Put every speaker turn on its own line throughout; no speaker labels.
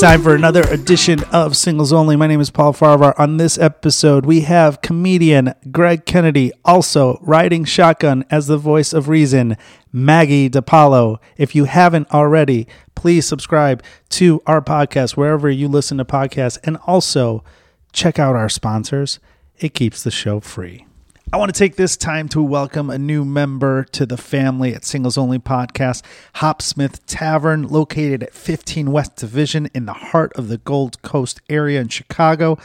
time for another edition of Singles Only. My name is Paul Farvar. On this episode, we have comedian Greg Kennedy, also riding shotgun as the voice of reason, Maggie DiPaolo. If you haven't already, please subscribe to our podcast wherever you listen to podcasts and also check out our sponsors. It keeps the show free. I want to take this time to welcome a new member to the family at Singles Only Podcast, Hopsmith Tavern, located at 15 West Division in the heart of the Gold Coast area in Chicago.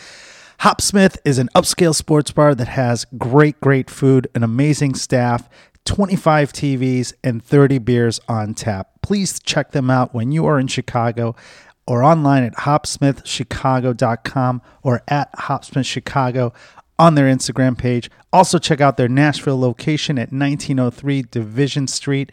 Hopsmith is an upscale sports bar that has great, great food, an amazing staff, 25 TVs, and 30 beers on tap. Please check them out when you are in Chicago or online at hopsmithchicago.com or at hopsmithchicago on their Instagram page. Also, check out their Nashville location at 1903 Division Street,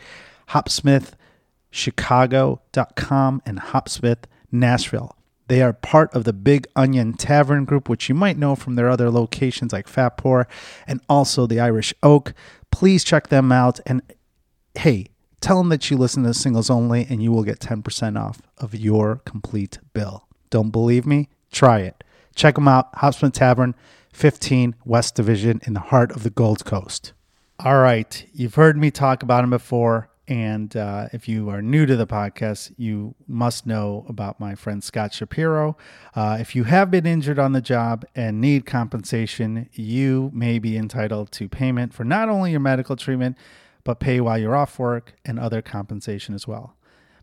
hopsmithchicago.com, and Hopsmith Nashville. They are part of the Big Onion Tavern Group, which you might know from their other locations like Fat Poor and also the Irish Oak. Please check them out and hey, tell them that you listen to singles only and you will get 10% off of your complete bill. Don't believe me? Try it. Check them out, Hopsman Tavern, 15 West Division in the heart of the Gold Coast. All right, you've heard me talk about them before. And uh, if you are new to the podcast, you must know about my friend Scott Shapiro. Uh, if you have been injured on the job and need compensation, you may be entitled to payment for not only your medical treatment, but pay while you're off work and other compensation as well.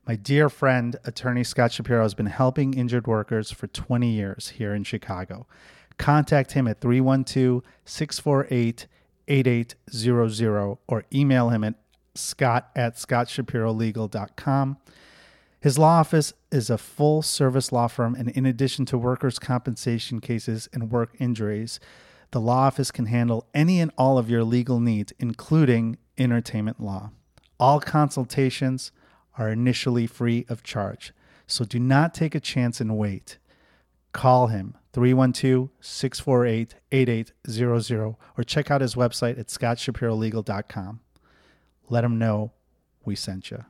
My dear friend, attorney Scott Shapiro, has been helping injured workers for 20 years here in Chicago. Contact him at 312 648 8800 or email him at scott at scottshapirolegal.com. His law office is a full service law firm, and in addition to workers' compensation cases and work injuries, the law office can handle any and all of your legal needs, including entertainment law. All consultations are initially free of charge, so do not take a chance and wait. Call him 312 648 8800 or check out his website at scottshapirolegal.com. Let him know we sent you.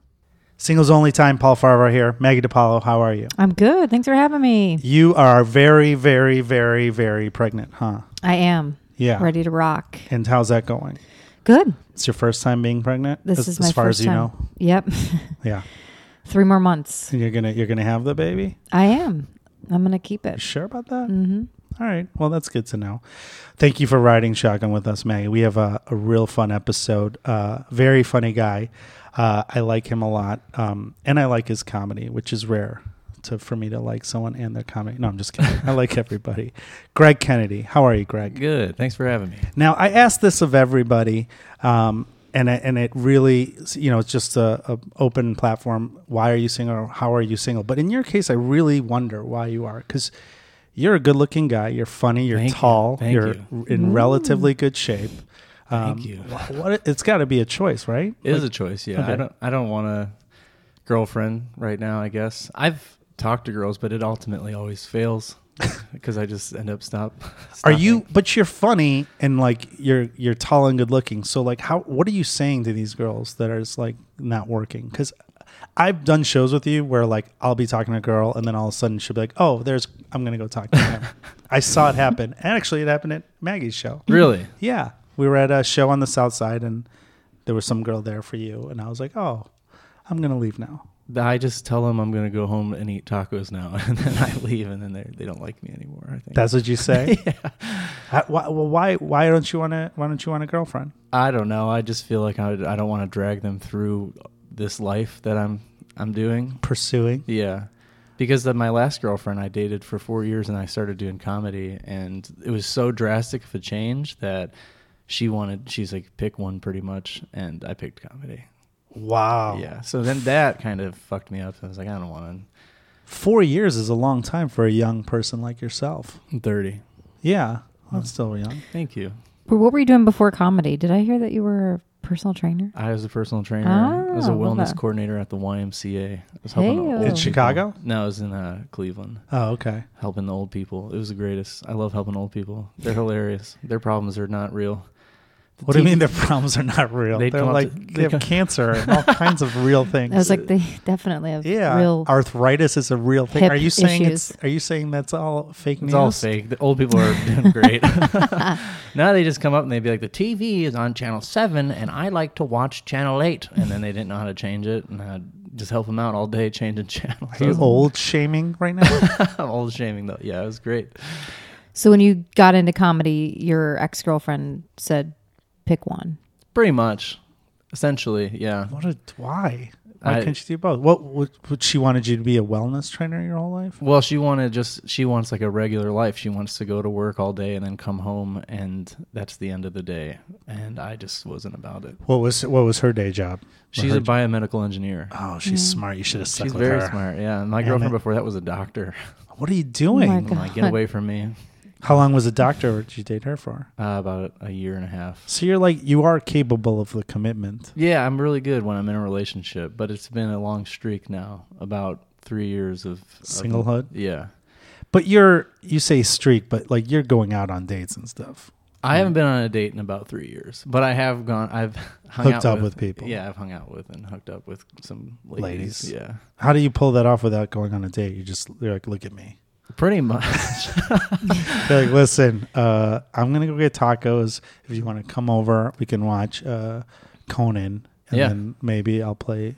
Singles only time, Paul Farver here. Maggie DiPaolo, how are you?
I'm good. Thanks for having me.
You are very, very, very, very pregnant, huh?
I am
Yeah.
ready to rock.
And how's that going?
Good.
It's your first time being pregnant?
This
as,
is my
as far
first
as you
time.
know.
Yep.
Yeah.
Three more months.
And you're gonna you're gonna have the baby?
I am. I'm gonna keep
You
it.
sure about that? Mm-hmm. right. Well, that's good to know. Thank you for riding shotgun with us, Maggie. We have a, a real fun episode. Uh, very funny guy. Uh, I like him a lot, um, and I like his comedy, which is rare to for me to like someone and their comedy. No, I'm just kidding. I like everybody. Greg Kennedy, how are you, Greg?
Good. Thanks for having me.
Now, I ask this of everybody, um, and it- and it really, you know, it's just a, a open platform. Why are you single? Or how are you single? But in your case, I really wonder why you are, because you're a good-looking guy. You're funny. You're
Thank you.
tall.
Thank
you're
you.
in relatively good shape. Um,
Thank you.
wh- What, it's got to be a choice, right?
It is a choice. Yeah.
Okay.
I don't. I don't want a girlfriend right now. I guess I've talked to girls, but it ultimately always fails because I just end up stop.
Are
stopping.
you? But you're funny and like you're you're tall and good looking. So like, how? What are you saying to these girls that are just like not working? Because I've done shows with you where like I'll be talking to a girl and then all of a sudden she'll be like, "Oh, there's I'm gonna go talk to him." I saw it happen. And actually, it happened at Maggie's show.
really?
Yeah, we were at a show on the South Side and there was some girl there for you, and I was like, "Oh, I'm gonna leave now."
I just tell them I'm gonna go home and eat tacos now, and then I leave, and then they they don't like me anymore. I think.
That's what you say. yeah. why, well, why why don't you want to why don't you want a girlfriend?
I don't know. I just feel like I I don't want to drag them through this life that I'm I'm doing.
Pursuing.
Yeah. Because of my last girlfriend I dated for four years and I started doing comedy and it was so drastic of a change that she wanted she's like pick one pretty much and I picked comedy.
Wow.
Yeah. So then that kind of fucked me up. I was like, I don't want
four years is a long time for a young person like yourself.
to I'm thirty.
Yeah, I'm still young.
Thank you.
Well, What were you doing before comedy? Did I hear that you were a personal trainer?
I was a personal trainer. I was a
Ah,
wellness
okay.
coordinator at the YMCA. I was helping the
Heyo. In
old people.
Chicago?
No, I was in uh, Cleveland.
Oh, okay.
Helping the old people. It was the greatest. I love helping old people. They're hilarious. Their problems are not real.
What do you mean their problems are not real?
They'd
They're
come up
like
to- they'd
they have
come-
cancer and all kinds of real things.
I was like, they definitely have
Uh, yeah,
real.
arthritis is a real thing.
hip
Are you saying
issues.
it's? Are you saying that's all fake news?
It's all fake. The old people are doing great. now they just come up and they'd be like, "The TV is on channel seven, and I like to watch channel 8. And then they didn't know how to change it, and I'd just help them out all day changing channels.
Are you old shaming right now?
old shaming though. Yeah, it was great.
So when you got into comedy, your ex girlfriend said, "Pick one."
Pretty much, essentially, yeah.
what? A, why? Why
I-
can't you do both? What would, would she wanted you to be a wellness trainer your whole life?
Well, she wanted just she wants like a regular life. She wants to go to work all day and then come home, and that's the end of the day. And I just wasn't about it.
What was what was her day job?
She's
her
a biomedical engineer.
Oh, she's
Mm.
smart. You should have stuck
She's
with
very
her.
smart. Yeah, And my
Damn
girlfriend
it.
before that was a doctor.
What are you doing?
Oh my God.
I'm like, get away from me.
How long was the doctor? Did you date her for?
Uh, about a year and a half.
So you're like you are capable of the commitment.
Yeah, I'm really good when I'm in a relationship, but it's been a long streak now. About three years of of-
Singlehood?
yeah,
But you're you say streak, but like you're going out on dates and stuff.
I haven't been on a date in about three years, but I have gone. I've hung
Hooked up
out
with people.
Yeah, I've hung out with and hooked up with some ladies.
Ladies.
Yeah,
How do you pull that off without going on a date? You just you're like, look at me.
pretty much.
They're like, listen, uh, I'm gonna go get tacos. If you want to come over, we can watch uh, Conan, and
Yeah.
then maybe I'll play.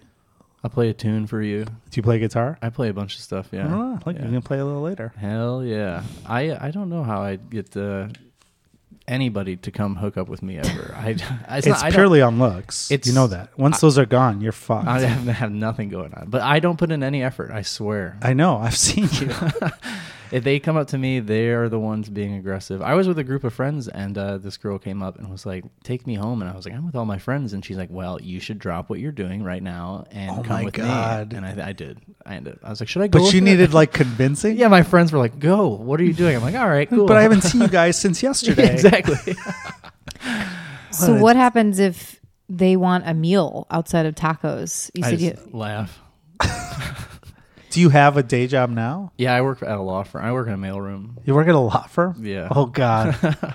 I'll play a tune for you.
Do you play guitar?
I play a bunch of stuff.
Oh, I don't
Yeah,
know. Look,
Yeah.
you can play a little later.
hell yeah. I I don't know how I'd get uh anybody to come hook up with me ever. I it's,
It's,
not, I don't-
purely on looks.
It's-
you know that. Once those are gone, you're fucked.
I
I,
have, have nothing going on, but I don't put in any effort. I swear.
know. I've seen you.
If they come up to me, they are the ones being aggressive. I was with a group of friends, and uh, this girl came up and was like, "Take me home," and I was like, "I'm with all my friends," and she's like, "Well, you should drop what you're doing right now and
Oh
come
my
with
God.
me." And I, I did. I ended. I was like, "Should I go?"
But
with
you
her?"
needed like convincing.
Yeah, my friends were like, "Go! What are you doing?" I'm like, "All right, cool."
But I haven't seen you guys since yesterday.
exactly.
So
Well,
what happens if they want a meal outside of tacos? You
I
said you,
just laugh.
Do you have a day job now?
Yeah, I work at a law firm. I work in a mailroom.
You work at a law firm?
Yeah.
Oh God,
Uh,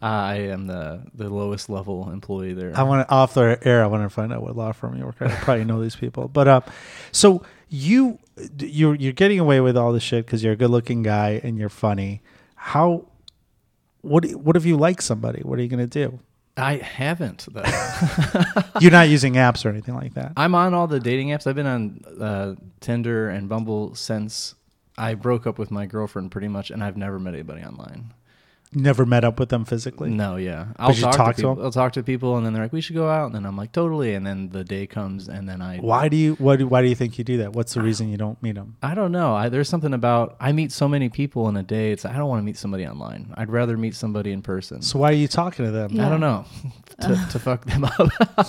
I am the the lowest level employee there.
I want to off the air. I want to find out what law firm you work at. I probably know these people, but uh, so you you're you're getting away with all this shit because you're a good looking guy and you're funny. How? What what if you like somebody? What are you gonna do?
I haven't though.
You're not using apps or anything like that.
I'm on all the dating apps. I've been on uh, Tinder and Bumble since I broke up with my girlfriend, pretty much, and I've never met anybody online.
Never met up with them physically.
No, yeah, I'll
you talk to
people.
them?
I'll talk to people, and then they're like, "We should go out," and then I'm like, "Totally," and then the day comes, and then I.
Why do you why do, why do you think you do that? What's the reason you don't meet them?
I don't know. I, there's something about I meet so many people in a day. It's I don't want to meet somebody online. I'd rather meet somebody in person.
So why are you talking to them?
I don't know to, to fuck them up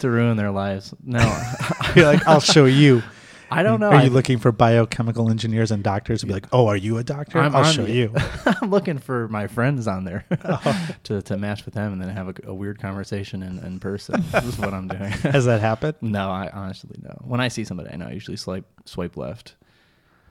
to ruin their lives. No,
You're like, I'll show you.
I don't know.
Are
I-
you looking for biochemical engineers and doctors to be like, oh, are you a doctor? i
I'm-
will
I'm-
show you.
I'm looking for my friends on there
Oh.
to, to match with them and then have a, a weird conversation in, in person. this is what I'm doing.
Has that happened?
no, I honestly no. When I see somebody, I know I usually swipe swipe left.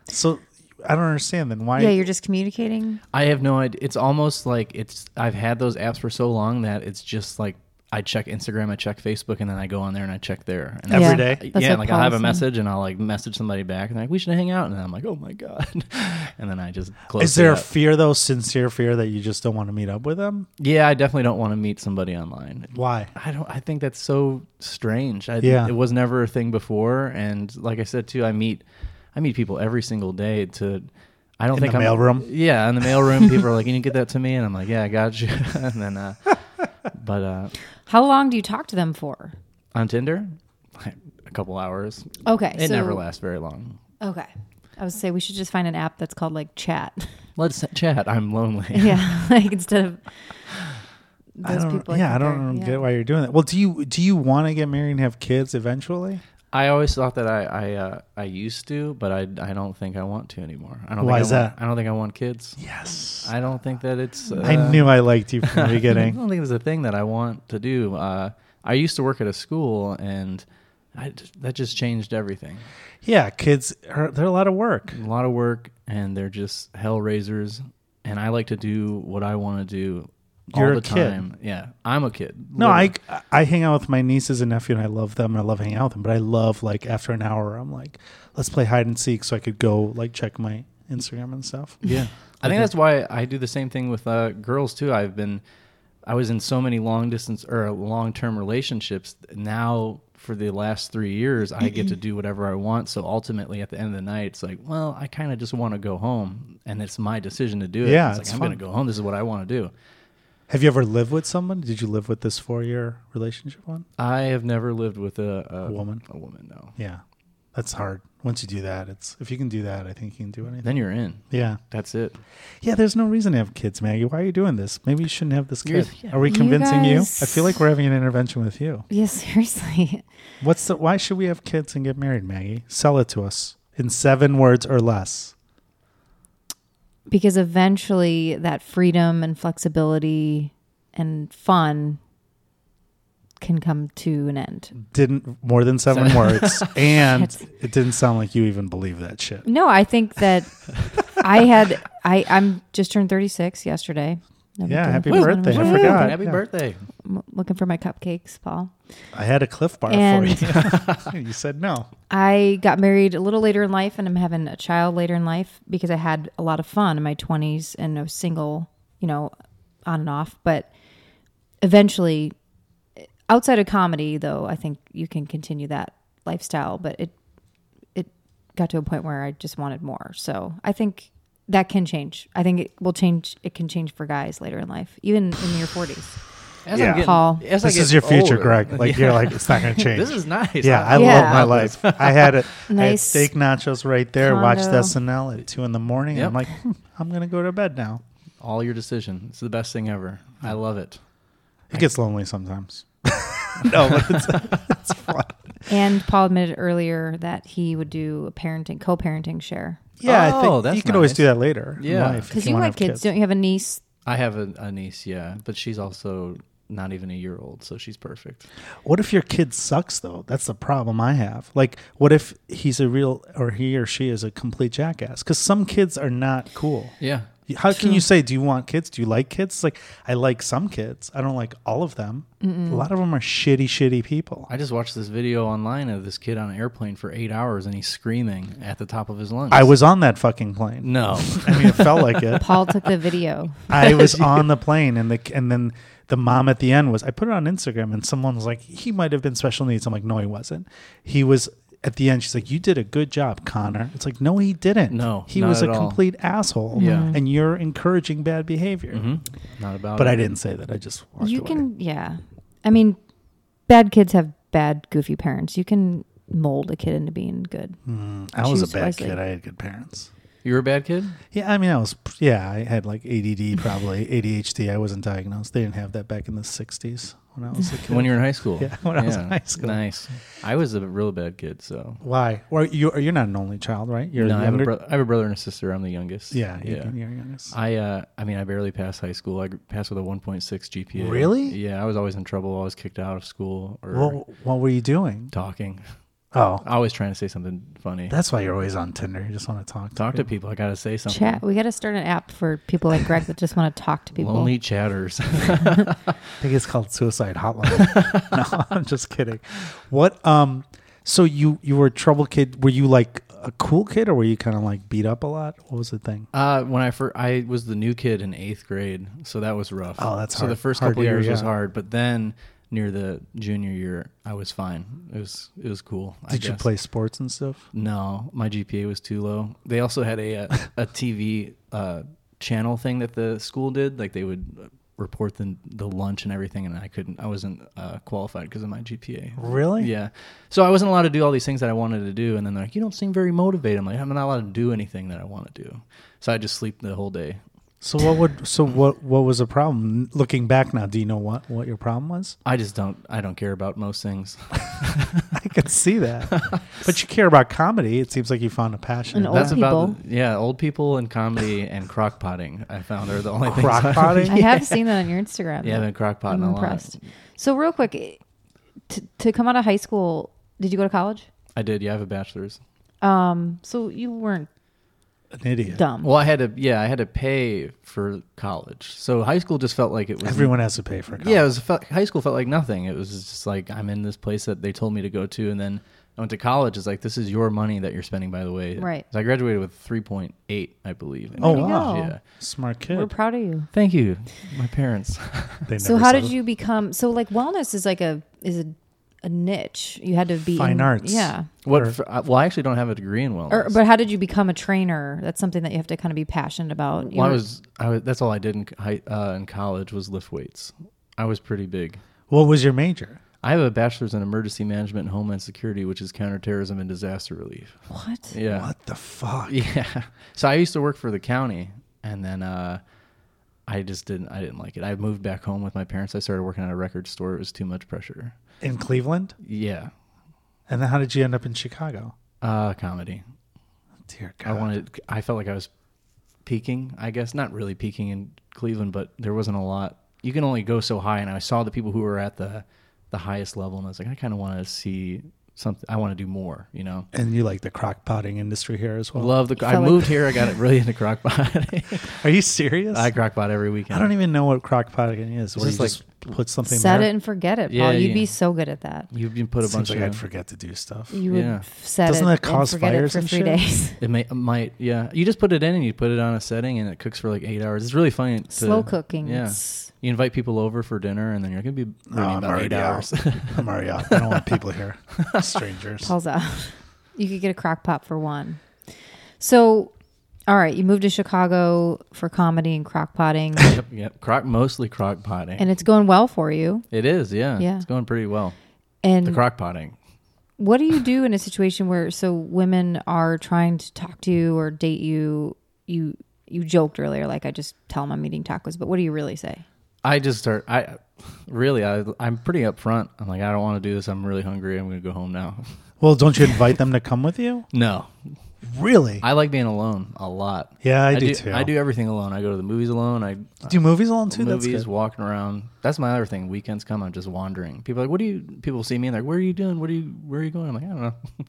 So I don't understand. Then why?
yeah, you're just communicating.
I have no idea. It's almost like it's. I've had those apps for so long that it's just like I check Instagram, I check Facebook, and then I go on there and I check there and
Every
yeah.
day?
That's
yeah,
what
like I'll have a
Paul said.
message and I'll like message somebody back and they're like we should hang out and I'm like oh my god, and then I just close.
is there a
it up.
fear though, sincere fear that you just don't want to meet up with them?
yeah, I definitely don't want to meet somebody online.
Why?
I don't. I think that's so strange. I,
Yeah.
it was never a thing before, and like I said too, I meet, I meet people every single day. To, I don't
In
think
the
I'm
mailroom?
Yeah, in the mailroom, people are like, "Can you get that to me?" And I'm like, "Yeah, I got you." and then, uh, but uh,
How long do you talk to them for?
on Tinder, a couple hours.
Okay,
It
so-
never lasts very long.
Okay, I would say we should just find an app that's called like chat.
Let's chat. I'm lonely.
yeah, like instead of
I
those
don't.
people.
yeah, I
think
don't
are-
get why you're doing that. Well, do you do you want to get married and have kids eventually?
I always thought that I I uh, I used to, but I I don't think I want to anymore. I don't.
Why
think
is
I want,
that?
I don't think I want kids.
Yes.
I don't think that it's. Uh,
I knew I liked you from the
I
beginning.
don't think it was a thing that I want to do. Uh, I used to work at a school, and I j- that just changed everything.
yeah, kids are they're a lot of work.
A lot of work, and they're just hell raisers. And I like to do what I want to do
You're
all
a
the
kid.
time. Yeah, I'm a kid.
No,
Literally.
I I hang out with my nieces and nephew, and I love them, and I love hanging out with them. But I love like after an hour, I'm like, let's play hide and seek, so I could go like check my Instagram and stuff.
Yeah. I think that's why I do the same thing with uh, girls too. I've been, I was in so many long distance or long term relationships. Now, for the last three years, I get to do whatever I want. So ultimately, at the end of the night, it's like, well, I kind of just want to go home, and it's my decision to do it.
Yeah,
it's like,
it's
I'm
fun.
going to go home. This is what I want to do.
Have you ever lived with someone? Did you live with this four year relationship one?
I have never lived with a, a
woman?
A woman, no.
Yeah, that's hard. Once you do that, it's if you can do that, I think you can do anything.
Then you're in.
Yeah,
That's it.
yeah. There's no reason to have kids, Maggie. Why are you doing this? Maybe you shouldn't have this
You're-
kid.
yeah.
Are we
You
convincing you?
guys-
I feel like we're having an intervention with you.
Yeah, seriously.
What's the? Why should we have kids and get married, Maggie? Sell it to us in seven words or less.
Because eventually that freedom and flexibility and fun can come to an
Mm.
end.
didn't more than seven words, and it didn't sound like you even believe that shit.
No, I think that I had I I'm just turned 36 yesterday. I'm
Yeah,
doing-
happy
I'm
birthday. I
looking-
forgot.
Happy
Yeah.
birthday.
I'm looking for my cupcakes, Paul.
I had a cliff bar
And-
for you. you said no.
I got married a little later in life and I'm having a child later in life because I had a lot of fun in my 20s and I was single, you know, on and off. But eventually, outside of comedy, though, I think you can continue that lifestyle. But it, it got to a point where I just wanted more. So I think that can change. I think it will change. It can change for guys later in life, even in your 40s.
As
Yeah.
I'm getting,
Paul.
as I
This
get
is your future,
older-
Greg. Like you're like it's not going to change.
This is nice.
yeah, I
Yeah.
love my life. I had it. I had
Nice
steak nachos right there. Watched
condo.
SNL at two in the morning. and I'm
Yep.
like, hmm, I'm going to go to bed now.
all your decision. It's the best thing ever. I
Hmm.
love it.
It gets lonely sometimes. no, but it's, it's fun.
And Paul admitted earlier that he would do a parenting, co-parenting share.
Yeah, I
Oh,
think
that's
you can always
nice.
do that later. in
Yeah.
life if
Because you,
wanna
have kids, don't you have a niece?
I have a, a niece, yeah, but she's also not even a year old, so she's perfect.
What if your kid sucks though? That's the problem I have. Like, what if he's a real or he or she is a complete jackass? Because some kids are not cool.
Yeah.
How can you say, "Do you want kids? Do you like kids?" It's like I like some kids. I don't like all of them. A lot of them are shitty, shitty people.
I just watched this video online of this kid on an airplane for eight hours and he's screaming at the top of his lungs.
I was on that fucking plane.
No.
I mean, it felt like it.
Paul took the video.
I was on the plane, and the and then the mom at the end was. I put it on Instagram, and someone was like, "He might have been special needs." I'm like, "No, he wasn't. He was." At the end, she's like, "You did a good job, Connor." It's like, "No, he didn't.
No,
he
not
was a
at all.
complete asshole.
Yeah.
Mm-hmm.
Mm-hmm. Mhm.
and you're encouraging bad behavior."
Not about
But
it.
I didn't say that. I just walked
you
away.
can, yeah. I mean, bad kids have bad, goofy parents. You can mold a kid into being good.
Mm. I was a
choose
bad
wisely.
kid. I had good parents.
You were a bad kid?
Yeah, I mean, I was. Yeah, I had like ADD, probably ADHD. I wasn't diagnosed. They didn't have that back in the '60s when I was a kid.
When you were in high school.
Yeah, when I was in high school.
Nice. I was a real bad kid, so.
Why? Or you? You're not an only child, right? You're
no, I have, a
younger-
bro- I have a brother and a sister. I'm the youngest.
Yeah, you
yeah.
can- you're youngest.
I uh, I mean, I barely passed high school. I gr- passed with a 1.6 GPA.
Really?
Yeah, I was always in trouble. Always kicked out of school or
What, what were you doing?
talking.
Oh,
Always trying to say something funny.
that's why you're always on Tinder. You just want to talk.
Talk to people. I gotta say something.
Chat. We got to start an app for people like Greg that just want to talk to people.
Lonely chatters.
I think it's called Suicide Hotline. no, I'm just kidding. What? Um. So you you were a trouble kid. Were you like a cool kid, or were you kind of like beat up a lot? What was the thing?
uh, when I first, I was the new kid in eighth grade, so that was rough.
Oh, that's
so
hard-
the first
hard
couple
year,
years was
yeah.
hard, but then near the junior year, I was fine. It was it was cool. I
Did you
guess.
play sports and stuff?
No, my GPA was too low. They also had a a, a TV uh, channel thing that the school did. Like they would report the the lunch and everything, and I couldn't. I wasn't uh, qualified because of my GPA.
Really?
Yeah. So I wasn't allowed to do all these things that I wanted to do, and then they're like, "You don't seem very motivated." I'm like, "I'm not allowed to do anything that I want to do." So I just sleep the whole day.
So what would so what what was the problem? Looking back now, do you know what what your problem was?
I just don't. I don't care about most things.
I could see that, but you care about comedy. It seems like you found a passion.
An
in
old
that.
That's
people.
about yeah, old people and comedy and crockpotting. I found are the only things. I-
crockpotting.
I have seen that on your Instagram.
Yeah, I've been crockpotting
I'm
a lot.
impressed. So real quick, eh, to, to come out of high school, did you go to college?
I did. Yeah, I have a bachelor's.
Um, so you weren't
an idiot.
dumb.
Well, I had to, yeah, I had to pay for college. So high school just felt like it was.
Everyone has to pay for college.
Mm-hmm. Yeah, it was felt, high school felt like nothing. It was just like I'm in this place that they told me to go to, and then I went to college. It's like this is your money that you're spending. By the way,
Right.
So I graduated with 3.8, I believe. in
Oh,
college,
wow.
Yeah.
Smart
We're
kid.
proud of you.
Thank you, my parents.
They
So
never
how
saw
did
it.
you become so like wellness is like a is a, a niche. You had to be
Fine
in-
arts.
Yeah.
what? For, uh, well, I actually don't have a degree in wellness.
Or, Er, but how did you become a trainer? That's something that you have to kind of be passionate about. You
well, I
were-
was, I was. That's all I did in, co- hi- uh, in college was lift weights. I was pretty big.
What was your major?
I have a bachelor's in emergency management and homeland security, which is counterterrorism and disaster relief.
what?
Yeah.
What the fuck?
Uh, Yeah. So I used to work for the county and then uh I just didn't I didn't like it. I moved back home with my parents. I started working at a record store. It was too much pressure.
In Cleveland?
Yeah.
And then how did you end up in Chicago?
Uh comedy.
Dear God.
I wanted I felt like I was peaking, I guess. Not really peaking in Cleveland, but there wasn't a lot. You can only go so high and I saw the people who were at the the highest level and I was like I kind of want to see something I want to do more, you know.
and you like the crock potting industry here as well?
Love the
You
I
felt like-
moved here, I got really into crockpot.
Are you serious?
I crockpot every weekend.
I don't even know what crock potting is. Where
just
you
like-
just put something
Set
there?
it and forget it,
Yeah,
Paul. You'd
yeah.
be so good at that.
You can put a
Seems
bunch
like
of
I'd forget to do stuff.
You would
Yeah.
f- set
Doesn't
it
that cause
and forget
fires
it for
and
three
shit?
days.
It may, it might, yeah. You just put it in and you put it on a setting and it cooks for like eight hours. It's really funny. To,
Slow cooking.
Yeah.
It's-
You invite people over for dinner and then you're going to be
No,
burning
I'm
about eight
already
hours.
I'm already out. I don't want people here. Strangers.
Paul's out. You could get a crock pot for one. So, all right, you moved to Chicago for comedy and crock potting,
yep, yep. Crock, mostly crock potting.
and it's going well for you.
it is, yeah.
Yeah.
It's going pretty well. The
Mm.
And
crock potting.
what do you do in a situation where so women are trying to talk to you or date you? You you joked earlier, like I just tell them I'm eating tacos, but what do you really say?
I just start, I really, I, I'm pretty upfront. I'm like, I don't want to do this. I'm really hungry. I'm going to go home now.
Well, don't you invite them to come with you?
no.
Really?
I like being alone a lot.
yeah, I, do, too.
I do everything alone. I go to the movies alone. I
Do movies alone too?
movies,
That's good.
walking around. That's my other thing. Weekends come, I'm just wandering. People are like, what do you? People see me and they're like, where are you doing? What are you? Where are you going? I'm like, I don't know.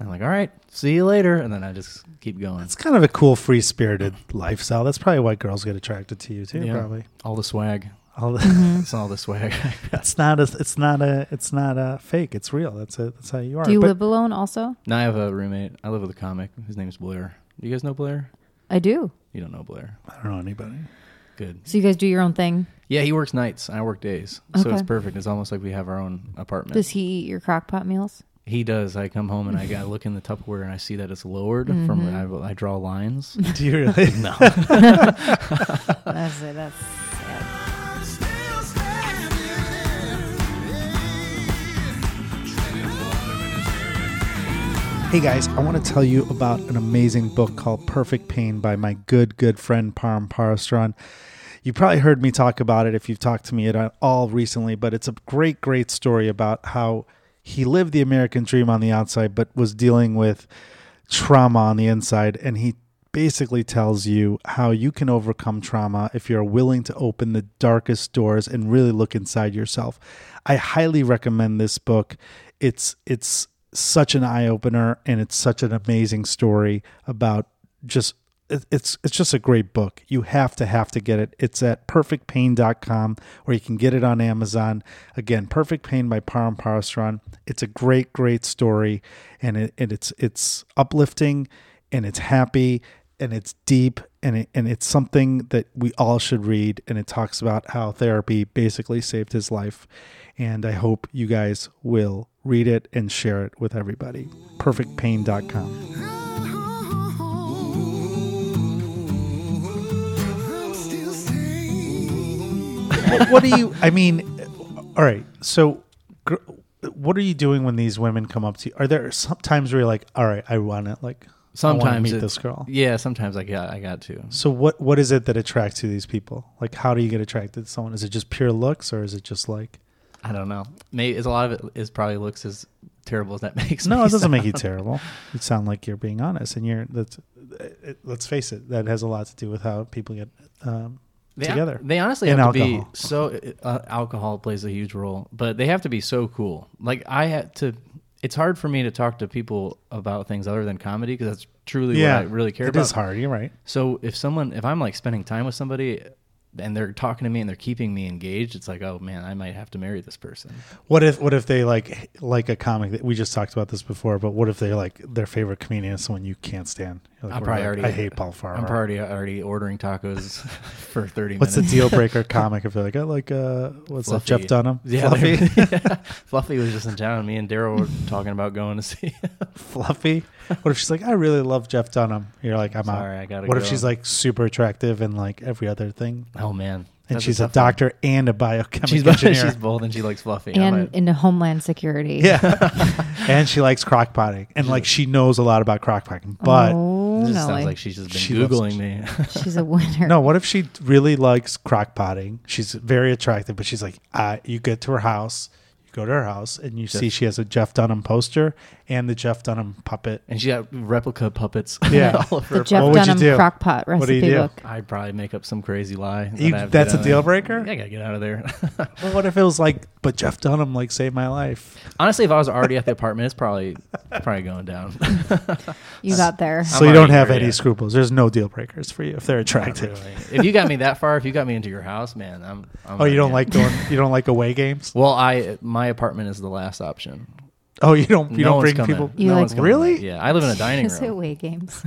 I'm like, all right, see you later, and then I just keep going.
It's kind of a cool, free spirited lifestyle. That's probably why girls get attracted to you too.
Yeah.
Probably.
All the swag.
All the,
Mm-hmm.
It's all the swag.
it's not a. It's not a. It's not a fake. It's real. That's it. That's how you are.
Do you
But
live alone also?
now I have a roommate. I live with a comic. His name's Blair. You guys know Blair?
I do.
You don't know Blair.
I don't know anybody.
Good.
So you guys do your own thing.
Yeah, he works nights. I work days, so
Okay.
it's perfect. It's almost like we have our own apartment.
Does he eat your crock pot meals?
he does. I come home and I, I look in the Tupperware and I see that it's lowered from.
Mm-hmm.
I, I draw lines.
Do you really? no.
That's it. That's sad.
Still standing,
Hey guys, I want to tell you about an amazing book called Perfect Pain by my good, good friend Param Parasran. You probably heard me talk about it if you've talked to me at all recently, but it's a great, great story about how he lived the American dream on the outside, but was dealing with trauma on the inside. And he basically tells you how you can overcome trauma if you're willing to open the darkest doors and really look inside yourself. I highly recommend this book. It's it's such an eye opener and it's such an amazing story about just it- it's it's just a great book. You have to have to get it. It's at perfectpain.com or you can get it on Amazon. Again, Perfect Pain by Param Parasran. It's a great great story and it and it's it's uplifting and it's happy and it's deep and it, and it's something that we all should read and it talks about how therapy basically saved his life and I hope you guys will read it and share it with everybody. perfectpain.com
I'm still standing.
what, what do you i mean all right so gr- what are you doing when these women come up to you are there some times where you're like all right i want it like I wanna
Sometimes
meet
it-
this girl
Yeah, sometimes I got I got to.
so what what is it that attracts you to these people like how do you get attracted to someone is it just pure looks or is it just like
I don't know. Maybe it's a lot of it is probably looks as terrible as that makes.
no
me
it doesn't make
sound.
you terrible you sound like you're being honest and you're that's it, let's face it that has a lot to do with how people get um,
they,
together
They honestly
And
have to
alcohol.
be so uh, alcohol plays a huge role, but they have to be so cool. Like I had to it's hard for me to talk to people about things other than comedy because that's truly
yeah,
what I really care
It
about.
is hard. You're right.
So if someone, if I'm like spending time with somebody and they're talking to me and they're keeping me engaged, it's like, oh man, I might have to marry this person.
What if what if they like like a comic that we just talked about this before? But what if they like their favorite comedian is someone you can't stand? You're like,
I'm
we're
probably
like,
already.
I hate Paul Farmer.
I'm probably already ordering tacos for 30
What's the
minutes.
deal breaker comic? If they're like, I like uh, what's up,
Fluffy.
Jeff Dunham?
Yeah,
Fluffy.
Fluffy. Fluffy was just in town. Me and Daryl were talking about going to see. Him.
Fluffy. What if she's like, I really love Jeff Dunham? You're like, I'm
Sorry,
out.
I gotta
what if
go.
she's like super attractive and like every other thing?
Oh man,
And
That's
she's a,
tough one.
doctor and a biochemical
She's
engineer.
she's bold and she likes Fluffy. I'm
and
like,
into Homeland Security.
yeah. and she likes crockpotting. And like she knows a lot about crockpotting. But
oh,
This
no,
sounds
way.
like she's just been
She loves-
googling me.
she's a winner.
No, what if she really likes crockpotting? She's very attractive, but she's like, uh, you get to her house, you go to her house, and you see she has a Jeff Dunham poster and the Jeff Dunham puppet.
and she got replica puppets.
Yeah.
all of
the
her.
Jeff
What would you
Dunham
do?
crockpot
What do you
recipe
do?
book.
I'd probably make up some crazy lie. that
You-
I have to
that's
get
a
out
deal
of there.
breaker?
Yeah, I gotta get out of there.
Well, what if it was like, but Jeff Dunham like saved my life?
Honestly, if I was already at the apartment, it's probably it's probably going down.
You got there.
So you don't
already
have
here,
any
yeah.
scruples. There's no deal breakers for you if they're
Not
attractive.
really. If you got me that far, if you got me into your house, man, I'm. I'm
Oh, you don't
in.
like going? You don't like away games?
Well, I my apartment is the last option.
Oh, you don't? You
no
don't
one's
bring
coming.
people?
You
no
like-
one's coming.
Really?
Yeah, I live in a dining
Just
room.
away games.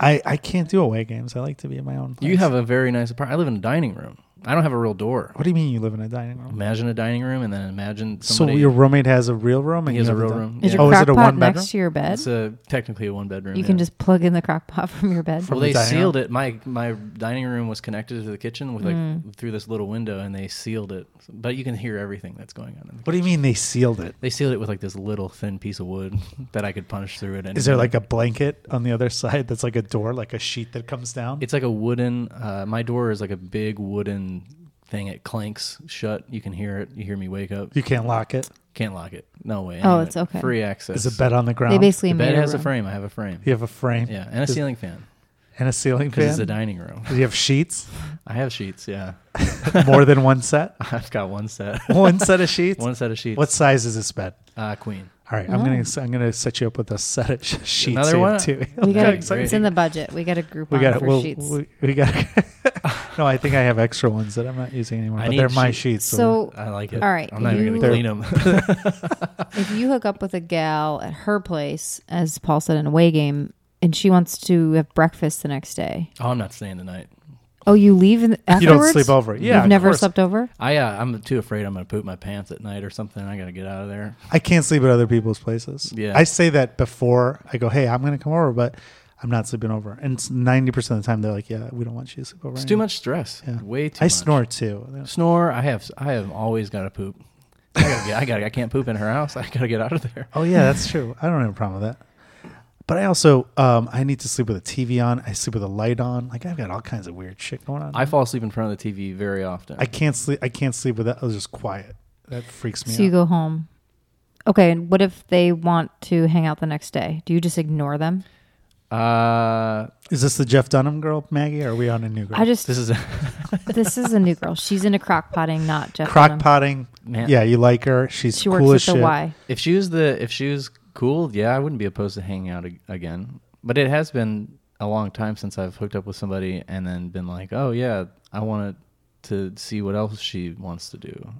I I can't do away games. I like to be in my own. Place.
You have a very nice apartment. I live in a dining room. I don't have a real door.
What do you mean you live in a dining room?
Imagine a dining room, and then imagine
So
somebody.
your roommate has a real room, and you
He has a
have
real
di-
room,
Is
Yeah.
your
Oh, is it
crock
a
pot
one bedroom?
next to your bed?
it's
You
a technically a one bedroom.
can
yeah.
just plug in the crock pot from your bed.
From
well, they
the dining room?
sealed it. My my dining room was connected to the kitchen with like through this little window, and they sealed it. But you can hear everything that's going on. In the
What do you mean they sealed it?
They sealed it with like this little thin piece of wood that I could punch through it.
Is there like a blanket on the other side that's like a door, like a sheet that comes down?
It's like a wooden. Uh, my door is like a big wooden thing. It clanks shut. You can hear it. You hear me wake up.
you can't lock it.
Can't lock it. No way.
Oh,
Anyway,
it's okay.
Free
Is
access.
a bed on the ground?
They basically
The
made
bed has a
room.
frame. I have a frame.
You have a frame
Yeah, and a
Is-
ceiling fan
and a ceiling
because it's
fan.
a dining room.
Do you have sheets?
I have sheets. Yeah,
More than one set?
I've got one set.
One set of sheets.
one set of sheets.
What size is this bed?
uh, queen?
All right, I'm gonna I'm gonna set you up with a set of sh- sheets
Another
here
one?
too.
We
Okay,
got
great.
it's in the budget. We got a group
we
on
got
for
we'll,
sheets.
we, we got. no, I think I have extra ones that I'm not using anymore,
I
but
need
they're my sheets.
sheets.
so
I like it.
All right,
I'm not even
you-
gonna clean them.
if you hook up with a gal at her place, as Paul said in away game, and she wants to have breakfast the next day,
oh, I'm not staying tonight.
oh, you leave in- afterwards.
you don't sleep over. Yeah,
You've
of
never
course.
slept over.
I uh, I'm too afraid I'm gonna poop my pants at night or something. I gotta get out of there.
I can't sleep at other people's places.
Yeah.
I say that before I go, hey, I'm going to come over, but I'm not sleeping over. And it's 90% of the time they're like, yeah, we don't want you to sleep over.
It's
anymore."
too much stress.
Yeah.
Way too.
I
much.
snore too.
Snore. I have. I have always got to poop. I gotta. Get, I gotta. I can't poop in her house. I gotta get out of there.
Oh, yeah, that's true. I don't have a problem with that. But I also, um, I need to sleep with a TV on. I sleep with a light on. Like I've got all kinds of weird shit going on.
I
I,
fall asleep in front of the TV very often.
can't sleep. I can't sleep with that. I was just quiet. That freaks me
So you
out.
go home. Okay, and what if they want to hang out the next day? Do you just ignore them?
uh,
Is this the Jeff Dunham girl, Maggie? Or are we on a new girl?
I just
this is.
this is a new girl. She's into crock potting, not Jeff.
Crock
Dunham.
potting.
Man.
Yeah, you like her. She's
She
cool
works
as
at the
shit.
Y.
if she was the. If she was cool, yeah, I wouldn't be opposed to hanging out ag- again. But it has been a long time since I've hooked up with somebody and then been like, oh yeah, I wanted to see what else she wants to do.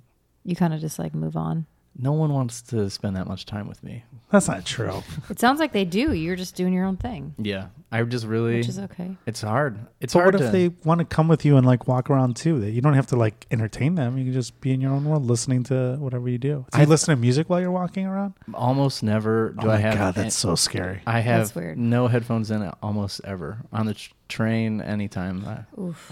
You kind of just like move on.
No one wants to spend that much time with me.
That's not true.
It sounds like they do. You're just doing your own thing,
Yeah, I just really.
which is okay.
It's hard. It's
But
hard
what if
to.
they want to come with you and like walk around too? That you don't have to like entertain them. You can just be in your own world, listening to whatever you do. Do you
I- Oh
listen to music while you're walking around?
almost never do I have.
Oh God,
an-
that's so scary.
I have
weird.
no headphones in almost ever on the tr- train anytime. I,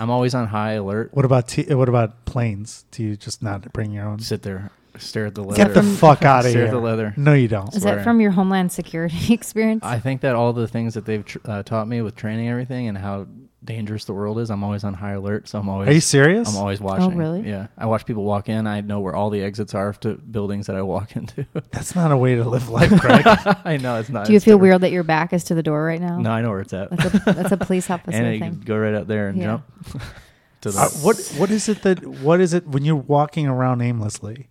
I'm always on high alert.
What about t- what about planes? Do you just not bring your own?
Sit there, stare at the leather.
Get the fuck out of here!
Stare at the leather.
No, you don't.
Is
swearing.
that from your Homeland Security experience?
I think that all the things that they've tr- uh, taught me with training and everything and how dangerous the world is, I'm always on high alert. So I'm always.
Are you serious?
I'm always watching.
Oh, really?
Yeah, I watch people walk in. I know where all the exits are to buildings that I walk into.
That's not a way to live life, Greg. Uh,
I know it's not.
do you
it's
feel
terrible.
weird that your back is to the door right now?
No, I know where it's at.
That's a, that's a police officer
and I
thing.
could go right out there and
Yeah.
jump to the.
Uh, what what is it that what is it when you're walking around aimlessly?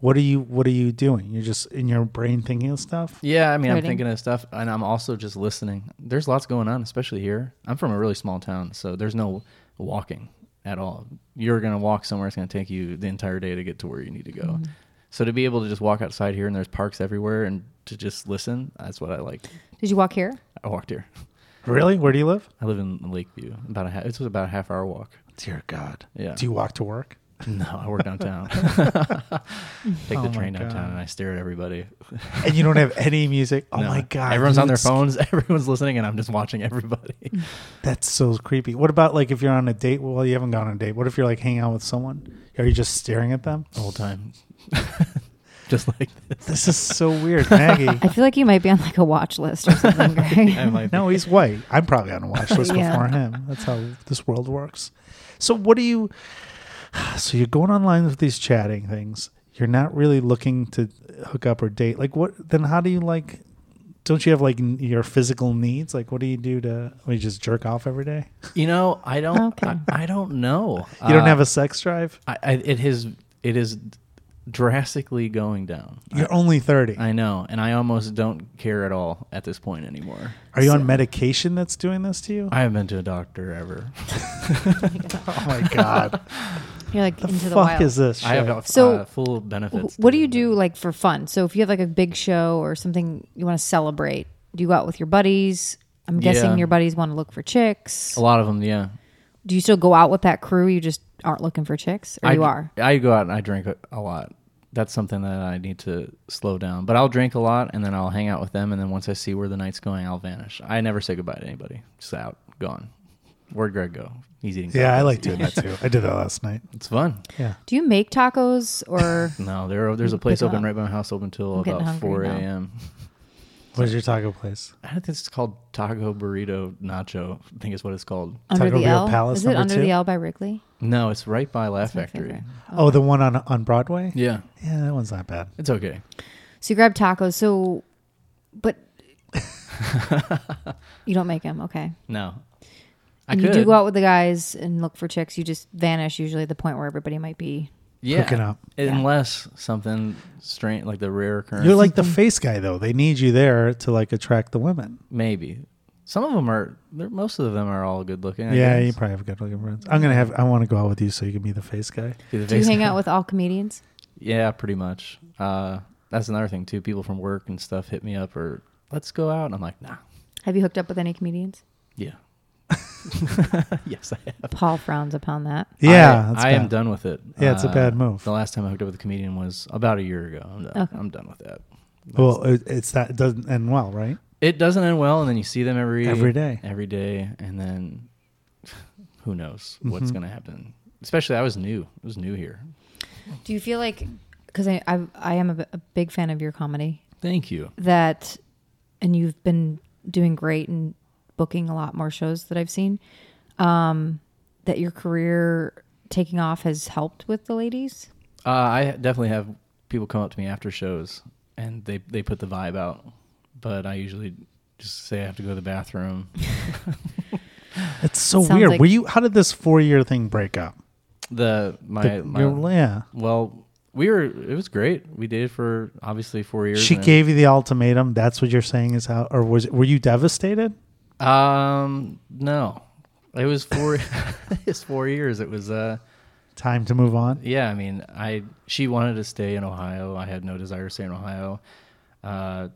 What are you What are you doing? You're just in your brain thinking of stuff.
Yeah, I mean, I'm
Writing.
thinking of stuff, and I'm also just listening. There's lots going on, especially here. I'm from a really small town, so there's no walking at all. You're gonna walk somewhere; it's gonna take you the entire day to get to where you need to go. So to be able to just walk outside here, and there's parks everywhere, and to just listen—that's what I like.
Did you walk here?
I walked here.
Really? Where do you live?
I live in Lakeview. About a half, it's about a half hour walk.
Dear God.
Yeah.
Do you walk to work?
No, I work downtown. Take
Oh my
the train downtown,
God.
and I stare at everybody.
And you don't have any music. Oh
No.
my God.
Everyone's on their
that's-
phones. Everyone's listening, and I'm just watching everybody.
That's so creepy. What about like if you're on a date? Well, you haven't gone on a date. What if you're like hanging out with someone? Are you just staring at them?
the whole time. Just like this.
This is so weird, Maggie.
I feel like you might be on like a watch list or something, Greg.
I might
No, he's white. I'm probably on a watch list
Yeah.
before him. That's how this world works. So what do you? So you're going online with these chatting things. You're not really looking to hook up or date. Like what? Then how do you like? Don't you have like n- your physical needs? Like what do you do to? Well, you just jerk off every day.
you know, uh, I don't.
Okay.
I, I don't know. Uh,
You don't have a sex drive.
I, I, it has. It is drastically going down.
You're only thirty.
I know, and I almost don't care at all at this point anymore.
Are you on medication that's doing this to you?
I haven't been to a doctor ever.
Oh my god!
You're like
the
into the
fuck
wild.
is this?
I have
shit?
uh,
So,
full benefits.
Wh- What
to
do you do
the-
like for fun? So if you have like a big show or something you want to celebrate, do you go out with your buddies? I'm guessing
Yeah. Oh.
your buddies want to look for chicks.
A lot of them, yeah.
Do you still go out with that crew? You just aren't looking for chicks, or
I,
you are?
I go out and I drink a- a lot. That's something that I need to slow down. But I'll drink a lot and then I'll hang out with them. And then once I see where the night's going, I'll vanish. I never say goodbye to anybody. Just out, gone. Where'd Greg go? He's eating.
Yeah, I
tacos.
like doing that too. I did that last night.
It's fun.
Yeah.
Do you make tacos or?
No, there there's a place
Pick
open
up.
right by my house open till
I'm getting
about
hungry
four
now.
a.m.
Where's your taco place?
I think it's called Taco Burrito Nacho. I think is what it's called.
Under
Taco
the
Bell
L,
Palace
is it
number
under
two?
the L by Wrigley?
No, it's right by Laugh
my
Factory.
favorite.
Oh, the one on on Broadway.
Um, Yeah,
Yeah, that one's not bad.
it's okay.
So you grab tacos. So, but you don't make them. Okay.
No, I
And you
could.
do go out with the guys and look for chicks. You just vanish usually at the point where everybody might be.
yeah,
hooking up.
unless something strange like the rare occurrence.
You're like the face guy though. They need you there to like attract the women.
Maybe. Some of them are. They're, most of them are all good looking. I
yeah, you
guess.
probably have good looking friends. I'm gonna have. I want to go out with you so you can be the face guy.
Do the
Do you
face-
hang out with all comedians?
Yeah, pretty much. Uh, that's another thing too. People from work and stuff hit me up or let's go out, and I'm like, nah.
Have you hooked up with any comedians?
Yeah. yes, I have.
Paul frowns upon that.
Yeah,
I,
that's
I am
bad.
done with it. Uh,
Yeah, it's a bad move.
The last time I hooked up with a comedian was about a year ago. I'm done.
Okay.
I'm done with that.
Well, it, it's that it doesn't end well, right?
It doesn't end well, and then you see them every
Every day.
every day, and then who knows what's
Mm-hmm.
gonna happen. Especially, I was new. I was new here.
Do you feel like because I, I I am a b- a big fan of your comedy
Thank you.
that, and you've been doing great and booking a lot more shows that I've seen. Um, that your career taking off has helped with the ladies.
Uh, I definitely have people come up to me after shows, and they they put the vibe out. But I usually just say I have to go to the bathroom.
It's so
Sounds
weird.
like-
Were you? How did this four year thing break up?
the my,
The- your-
my
yeah.
well, we were it was great. We dated for obviously four years.
She
and-
gave you the ultimatum. That's what you're saying is how, or was it, were you devastated?
um no, it was four. it was four years. It was uh
Time to move on.
yeah. I mean, I she wanted to stay in Ohio. I had no desire to stay in Ohio. Uh,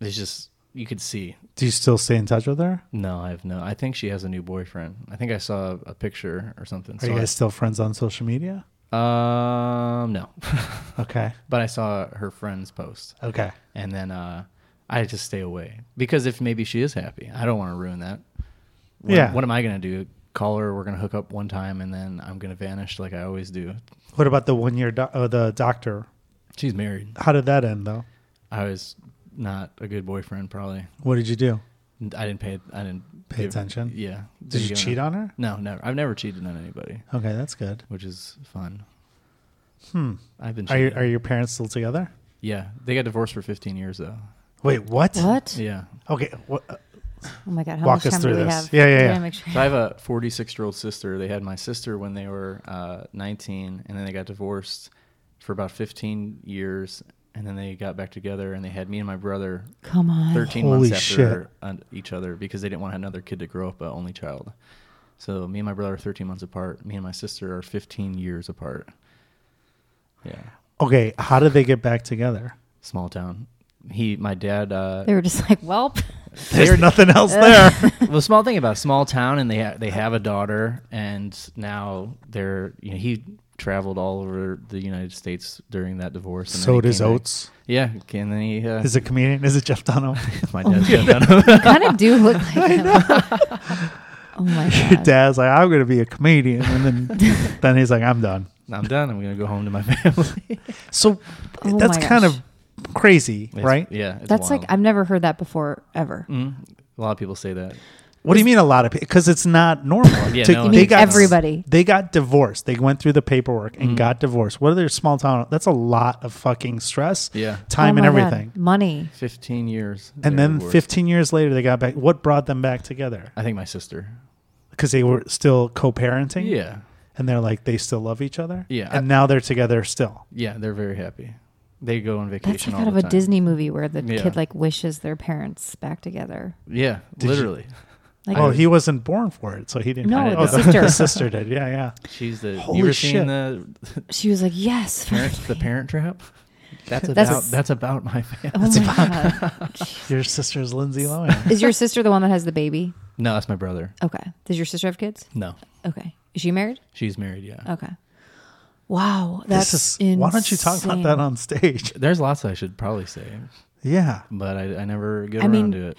it's just you could see
Do you still stay in touch with her?
No, I have no. I think she has a new boyfriend. I think I saw a picture or something.
Are you guys still friends on social media?
um, no,
Okay.
but I saw her friend's post,
Okay.
and then uh, I just stay away because if maybe she is happy, I don't want to ruin that. What,
Yeah.
What am I gonna do? Call her. We're gonna hook up one time, and then I'm gonna vanish like I always do.
What about the one year do- uh, the doctor?
She's married.
How did that end though?
I was not a good boyfriend, probably.
What did you do?
I didn't pay. I didn't
Pay attention?
Yeah.
Did you cheat on her?
No, never. I've never cheated on anybody,
Okay, that's good.
which is fun.
Hmm.
I've been.
Are,
Cheated.
you, are your parents still together?
Yeah, they got divorced for 15 years though.
Wait, what?
What?
Yeah.
Okay, what, uh,
Oh my god! How
Walk
much
us
time
through
do we
this.
have?
Yeah, yeah,
I
yeah.
gotta make sure-
So I have a 46 year old sister. They had my sister when they were uh, 19, and then they got divorced for about 15 years, and then they got back together and they had me and my brother
Come on.
13
Holy
months after on each other because they didn't want another kid to grow up an only child. So me and my brother are 13 months apart. Me and my sister are 15 years apart. Yeah,
Okay, how did they get back together?
small town. He, my dad, uh,
They were just like, "Welp."
There's nothing else there.
well, small thing about a small town, and they ha- they have a daughter, and now they're you know he traveled all over the United States during that divorce. And then
so
he
does
came back-
Oates.
Yeah, and then he uh,
Is a comedian? Is it Oh, Jeff Dunham?
my dad's done
You kind of do look like him. oh my
Your
god.
dad's like, I'm going to be a comedian, and then then he's like, I'm done.
I'm done. I'm gonna go home to my family.
So
Oh
that's
my
kind
gosh.
of crazy,
It's-
right?
Yeah, it's
That's
wild.
like I've never heard that before ever.
Mm.
Oh
a lot of people say that.
What do you mean a lot of people? Because it's not normal.
Yeah,
To-
no,
they
I mean
got-
everybody.
They got divorced. They went through the paperwork and
Mm-hmm.
got divorced. What are their small town? That's a lot of fucking stress,
Yeah.
time,
Oh
and
my God.
everything.
Money.
15 years,
And
they were
then
divorced.
15 years later, they got back. What brought them back together?
I think my sister.
Because they were still co-parenting.
Yeah,
And they're like, they still love each other.
Yeah.
And now they're together still.
yeah, they're very happy. They go on vacation.
That's like
all
out of
the
a
time.
Disney movie where the
Yeah.
kid like wishes their parents back together.
Yeah,
you-
literally.
Like
Well, Oh, he wasn't born for it, so he didn't.
No,
know.
the
oh,
sister.
the sister did. Yeah, yeah.
She's the.
Holy
you ever
shit.
seen the
she was like, "Yes."
parent,
finally."
the Parent Trap? That's
That's-
about that's about my family.
Oh my god.
Your sister's Lindsay Lohan.
Is your sister the one that has the baby?
No, that's my brother.
Okay. Does your sister have kids?
No,
Okay. Is she married?
she's married. Yeah,
Okay. Wow. That's
this is. Why don't you talk about
insane.
that on stage?
there's lots I should probably say,
Yeah.
but I, I never get
I
around
mean-
to it.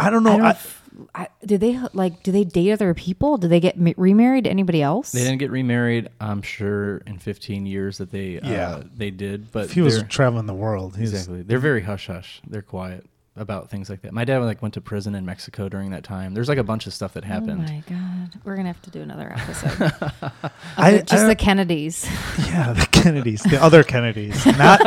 I don't
Oh, I
know.
don't
I-
f- I, do they like? Do they date other people? Do they get ma- remarried to anybody else?
They didn't get remarried. I'm sure in 15 years that they
Yeah.
uh, they did, but
if he was
they're-
traveling the world, he's
Exactly. They're very hush hush. They're quiet about things like that. My dad like went to prison in Mexico during that time. There's like a bunch of stuff that
Oh
happened.
my god, we're gonna have to do another episode.
I-
I, just
I-
the Kennedys,
yeah, the Kennedys, the other Kennedys, not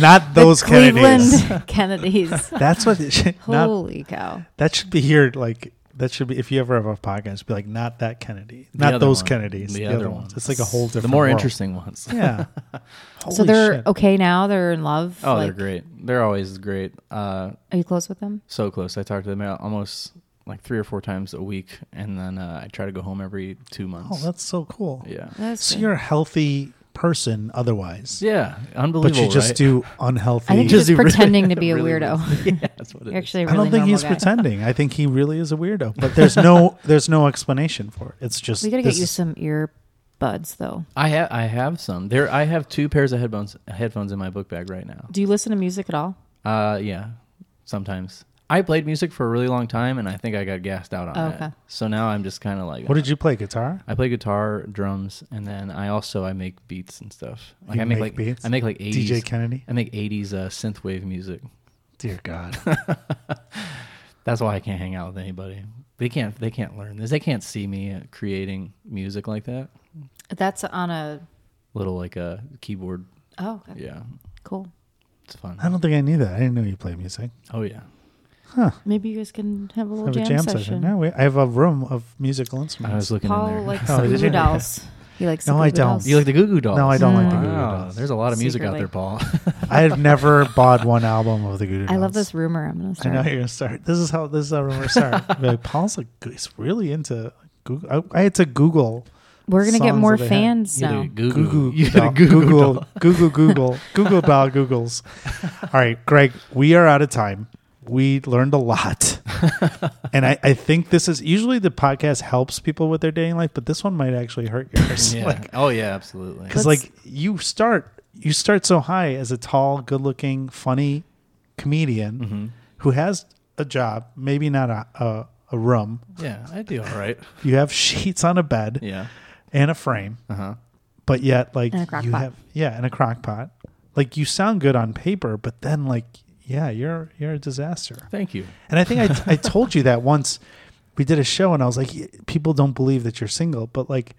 not those Kennedys.
Cleveland Oh. Kennedys.
That's what it should, not
Holy cow!
that should be here. Like that should be if you ever have a podcast, be like not that Kennedy,
The
not
other
those
one.
Kennedys, the, other, ones. It's like a whole different.
The more
world.
interesting ones.
Yeah.
so
Holy
they're
shit.
okay now. They're in love.
Oh, they're
Like,
great. They're always great. Uh,
Are you close with them?
so close. I talk to them al- almost like three or four times a week, and then uh, I try to go home every two
Oh,
months.
that's so cool.
yeah,
That's
So
good.
you're a healthy person otherwise,
yeah,
but
unbelievable.
you just
right?
do unhealthy.
I think
Just
he's
really-
pretending to be a
really
weirdo.
yeah, that's what it
You're
is.
actually, a
I
really
don't think
normal
he's
guy.
pretending. I think he really is a weirdo. But there's no there's no explanation for it. It's just
We gotta
this
get you
is-
some earbuds, though.
I have I have some there. I have two pairs of headphones headphones in my book bag right now.
Do you listen to music at all?
Uh, yeah, sometimes. I played music for a really long time, and I think I got gassed out on
Oh,
that.
okay.
So now I'm just kind of like,
What did you play? Guitar?
I play guitar, drums, and then I also I make beats and stuff. Like
You
I make,
make
like
beats?
I make like 80s
DJ Kennedy?
I make 80s uh, synthwave music.
Dear God.
That's why I can't hang out with anybody. They can't they can't learn this. They can't see me uh, creating music like that.
That's on a.
Little like a keyboard.
Oh, okay.
Yeah.
cool.
It's fun.
I don't think I knew that. I didn't know you played music.
Oh yeah.
Maybe you guys can have a little
have
jam,
a jam session.
session.
No, we, I have a room of musical
I
instruments.
was looking in
Paul
there.
likes
Oh,
the
did
Goo Goo
you?
Dolls. He likes. the
No,
Goo
I
Goo
don't.
Dolls.
you like the Goo Goo Dolls?
No, I don't like the
wow.
Goo Goo Dolls.
There's a lot of music out
Secretly.
there, Paul.
I have never bought one album of the Goo Goo
I love
Dolls.
this rumor. I'm gonna
I
start.
know you're gonna start. This is how this is how rumors start. Be like, Paul's like he's really into Google. I, I had to Google
We're gonna get
songs
more
that they have.
fans
You had a
now.
Goo
Goo
Goo.
Goo
You had a
Doll-
Goo Goo Doll.
Google Google Google Google Doll Googles. All right, Greg, we are out of time. We learned a lot. and I, I think this is usually the podcast helps people with their dating life, but this one might actually hurt yours.
Yeah.
Like
oh yeah, absolutely.
because
Let's-
like you start you start so high as a tall, good looking, funny comedian
Mm-hmm.
who has a job, maybe not a, a a room.
Yeah, I do all right.
You have sheets on a bed
Yeah.
and a frame.
Uh huh.
but yet like
And a crock
you
pot.
have yeah in a crock pot like you sound good on paper but then like yeah you're you're a disaster
Thank you.
and i think i, I told you that once we did a show and i was like "Y- people don't believe that you're single but like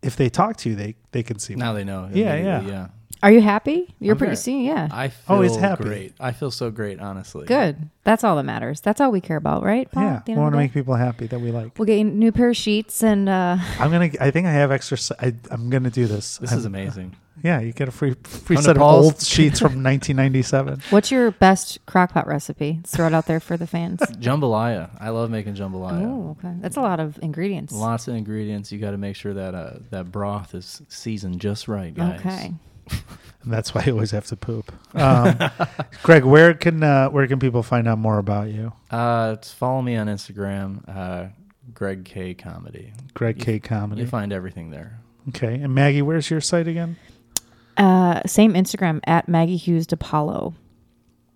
if they talk to you they they can see
Now they know.
Yeah,
immediately,
yeah.
yeah.
Are you happy? You're
I'm
pretty
very-
soon, yeah.
I feel
Oh, he's happy.
great. I feel so great, honestly.
Good. That's all that matters. That's all we care about, right? Paul,
yeah,
at
we
the end of
want to
the day?
make people happy that we like.
We'll get you a new pair of sheets and uh,
I'm gonna. I think I have extra. I, I'm gonna do this.
This
I'm-
is amazing.
Yeah, you get a free free
Come to
set of
Paul's.
old sheets from 1997.
what's your best crockpot recipe? Let's throw it out there for the fans.
Jambalaya. I love making jambalaya.
Oh, okay. That's a lot of ingredients.
Lots of ingredients. You got to make sure that uh, that broth is seasoned just right, guys.
okay.
And that's why I always have to poop. Um, Greg, where can uh, where can people find out more about you?
Uh, it's- follow me on Instagram, uh, Greg K Comedy.
Greg
You-
K Comedy.
You find everything there.
okay, and Maggie, where's your site again?
Uh, same Instagram at Maggie Hughes DePaulo.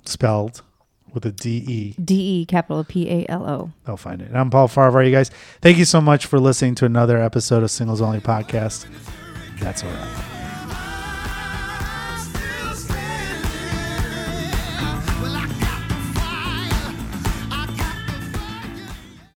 Spelled with a D E.
D E capital P A L O.
They'll find it. I'm Paul Farvar. You guys, thank you so much for listening to another episode of Singles Only Podcast. That's a wrap.